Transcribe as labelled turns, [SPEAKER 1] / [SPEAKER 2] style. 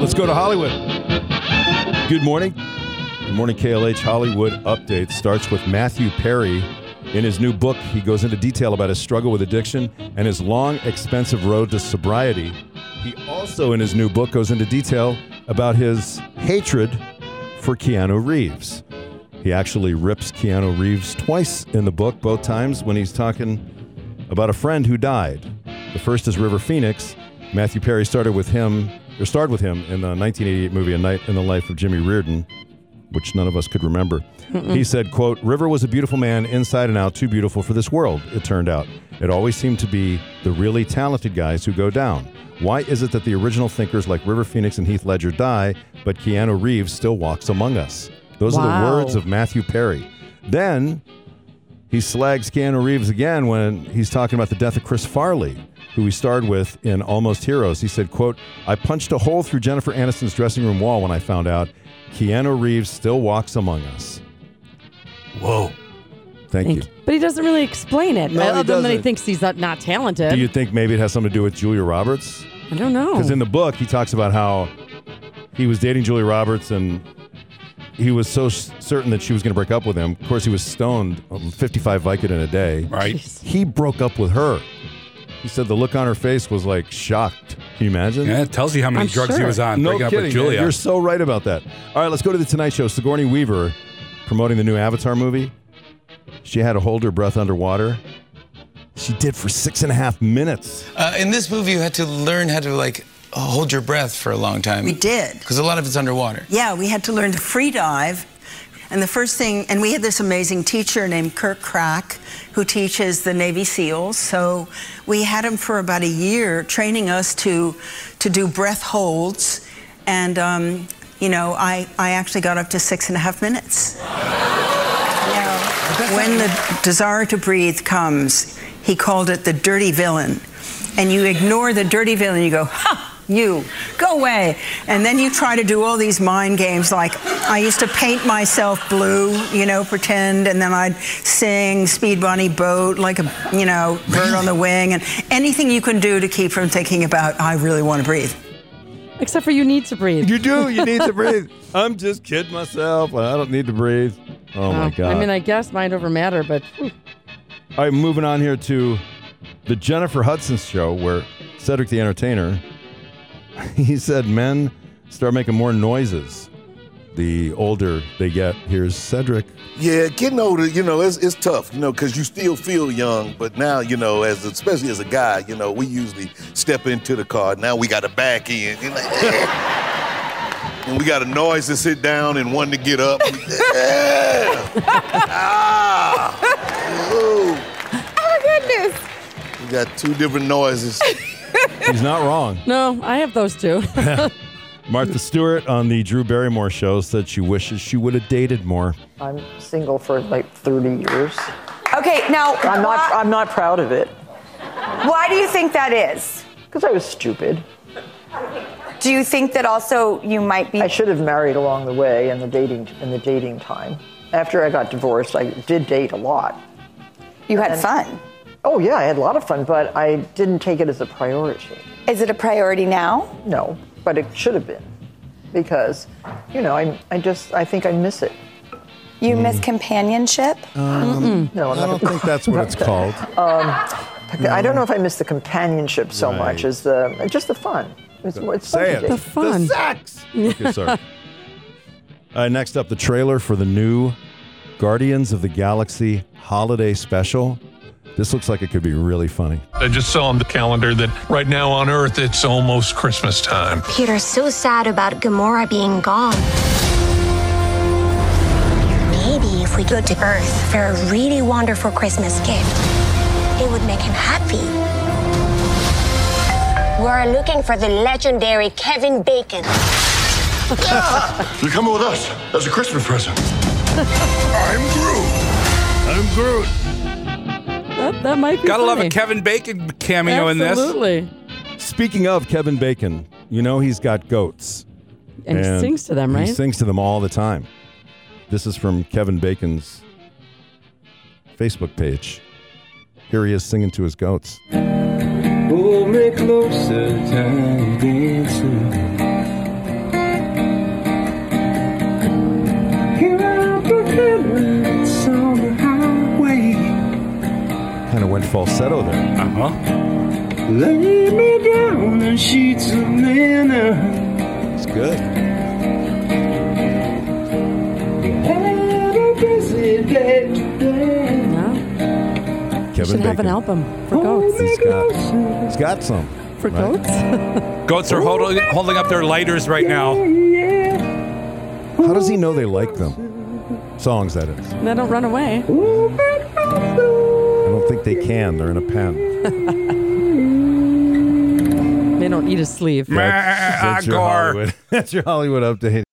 [SPEAKER 1] Let's go to Hollywood. Good morning. Good morning, KLH Hollywood Update starts with Matthew Perry. In his new book, he goes into detail about his struggle with addiction and his long, expensive road to sobriety. He also, in his new book, goes into detail about his hatred for Keanu Reeves. He actually rips Keanu Reeves twice in the book, both times when he's talking about a friend who died. The first is River Phoenix. Matthew Perry started with him, or starred with him in the 1988 movie A Night in the Life of Jimmy Reardon, which none of us could remember. He said, quote, River was a beautiful man inside and out, too beautiful for this world, it turned out. It always seemed to be the really talented guys who go down. Why is it that the original thinkers like River Phoenix and Heath Ledger die, but Keanu Reeves still walks among us? Those are the
[SPEAKER 2] Wow.
[SPEAKER 1] words of Matthew Perry. Then he slags Keanu Reeves again when he's talking about the death of Chris Farley, who he starred with in Almost Heroes. He said, quote, I punched a hole through Jennifer Aniston's dressing room wall when I found out Keanu Reeves still walks among us.
[SPEAKER 3] Whoa.
[SPEAKER 1] Thank,
[SPEAKER 2] Thank
[SPEAKER 1] you.
[SPEAKER 2] you. But he doesn't really explain it.
[SPEAKER 3] No, he
[SPEAKER 2] other than he
[SPEAKER 3] doesn't.
[SPEAKER 2] thinks he's not, not talented.
[SPEAKER 1] Do you think maybe it has something to do with Julia Roberts?
[SPEAKER 2] I don't know.
[SPEAKER 1] Because in the book, he talks about how he was dating Julia Roberts and he was so s- certain that she was going to break up with him. Of course, he was stoned um, 55 Vicodin a day.
[SPEAKER 3] Right.
[SPEAKER 1] He broke up with her. He said the look on her face was like shocked. Can you imagine?
[SPEAKER 3] Yeah, it tells you how many
[SPEAKER 2] I'm
[SPEAKER 3] drugs he
[SPEAKER 2] sure.
[SPEAKER 3] was on
[SPEAKER 1] no
[SPEAKER 3] breaking
[SPEAKER 1] kidding.
[SPEAKER 3] up with
[SPEAKER 1] man.
[SPEAKER 3] Julia.
[SPEAKER 1] You're so right about that. All right, let's go to the Tonight Show. Sigourney Weaver promoting the new Avatar movie. She had to hold her breath underwater. She did for six and a half minutes.
[SPEAKER 4] Uh, in this movie, you had to learn how to like hold your breath for a long time.
[SPEAKER 5] We did.
[SPEAKER 4] because a lot of it's underwater.
[SPEAKER 5] Yeah, we had to learn to free dive. And the first thing, and we had this amazing teacher named Kirk Crack, who teaches the Navy SEALs. So we had him for about a year, training us to to do breath holds. And um, you know, I I actually got up to six and a half minutes. You know, when the desire to breathe comes, he called it the dirty villain. And you ignore the dirty villain, you go, ha, you, go away. And then you try to do all these mind games like, I used to paint myself blue, you know, pretend, and then I'd sing Speed Bunny Boat like a, you know, bird on the wing, and anything you can do to keep from thinking about, I really want to breathe.
[SPEAKER 2] Except for you need to breathe.
[SPEAKER 1] You do. You need to breathe. I'm just kidding myself. I don't need to breathe. Oh my
[SPEAKER 2] Uh,
[SPEAKER 1] god.
[SPEAKER 2] I mean, I guess mind over matter, but whew,
[SPEAKER 1] All right, moving on here to the Jennifer Hudson show where Cedric the Entertainer he said men start making more noises the older they get. Here's Cedric.
[SPEAKER 6] Yeah, getting older, you know, it's, it's tough, you know, because you still feel young, but now, you know, as especially as a guy, you know, we usually step into the car. Now we got a back end, you know, and we got a noise to sit down and one to get up. Yeah. ah, Ooh.
[SPEAKER 7] goodness.
[SPEAKER 6] we got two different noises.
[SPEAKER 1] He's not wrong.
[SPEAKER 2] no, I have those two.
[SPEAKER 1] Martha Stewart on the Drew Barrymore show said she wishes she would have dated more.
[SPEAKER 8] I'm single for like 30 years.
[SPEAKER 7] Okay, now
[SPEAKER 8] I'm not,
[SPEAKER 7] why,
[SPEAKER 8] I'm not proud of it
[SPEAKER 7] why do you think that is?
[SPEAKER 8] because I was stupid.
[SPEAKER 7] Do you think that also you might be?
[SPEAKER 8] I should have married along the way in the dating in the dating time. After I got divorced, I did date a lot.
[SPEAKER 7] you had fun.
[SPEAKER 8] Oh yeah, I had a lot of fun, but I didn't take it as a priority.
[SPEAKER 7] Is it a priority now?
[SPEAKER 8] No, but it should have been because, you know, I I just I think I miss it.
[SPEAKER 7] You miss companionship?
[SPEAKER 8] No, I'm
[SPEAKER 1] I
[SPEAKER 8] not
[SPEAKER 1] don't think that's what it's called.
[SPEAKER 8] I don't know if I miss the companionship so
[SPEAKER 1] Mm. Right.
[SPEAKER 8] much as the just the fun. It's, more- it's fun
[SPEAKER 1] Say
[SPEAKER 8] to
[SPEAKER 1] it.
[SPEAKER 8] date.
[SPEAKER 2] The fun.
[SPEAKER 1] sex. Okay, sorry. Uh, next up, the trailer for the new Guardians of the Galaxy holiday special. This looks like it could be really funny.
[SPEAKER 9] I just saw on the calendar that right now on Earth it's almost Christmas time.
[SPEAKER 10] Peter's so sad about Gamora being gone. Maybe if we go to Earth for a really wonderful Christmas gift, it would make him happy. We're looking for the legendary Kevin Bacon.
[SPEAKER 6] You're coming with us as a Christmas present.
[SPEAKER 3] I'm Groot. I'm Groot.
[SPEAKER 2] that, that might be.
[SPEAKER 3] Gotta love
[SPEAKER 2] funny.
[SPEAKER 3] a Kevin Bacon cameo in this.
[SPEAKER 2] Absolutely.
[SPEAKER 1] Speaking of Kevin Bacon, you know he's got goats.
[SPEAKER 2] And, he sings to them, right?
[SPEAKER 1] He sings to them all the time. This is from Kevin Bacon's Facebook page. Here he is singing to his goats.
[SPEAKER 9] Hold me closer, time dancing.
[SPEAKER 1] falsetto there. Uh
[SPEAKER 3] Uh-huh.
[SPEAKER 1] huh.
[SPEAKER 3] Lay me down in sheets of linen.
[SPEAKER 1] It's good.
[SPEAKER 3] Had a busy day today.
[SPEAKER 1] Kevin
[SPEAKER 2] Should have an
[SPEAKER 1] Bacon. Oh,
[SPEAKER 2] album for goats.
[SPEAKER 1] He's got, he's got some.
[SPEAKER 2] For
[SPEAKER 1] right?
[SPEAKER 11] Goats are holding, holding up their lighters right now.
[SPEAKER 1] How does he know they like them? Songs, that is.
[SPEAKER 2] They don't run away.
[SPEAKER 1] I don't think they can. They're in a pen.
[SPEAKER 2] They don't eat a sleeve.
[SPEAKER 1] That's, that's your Hollywood. That's your Hollywood update.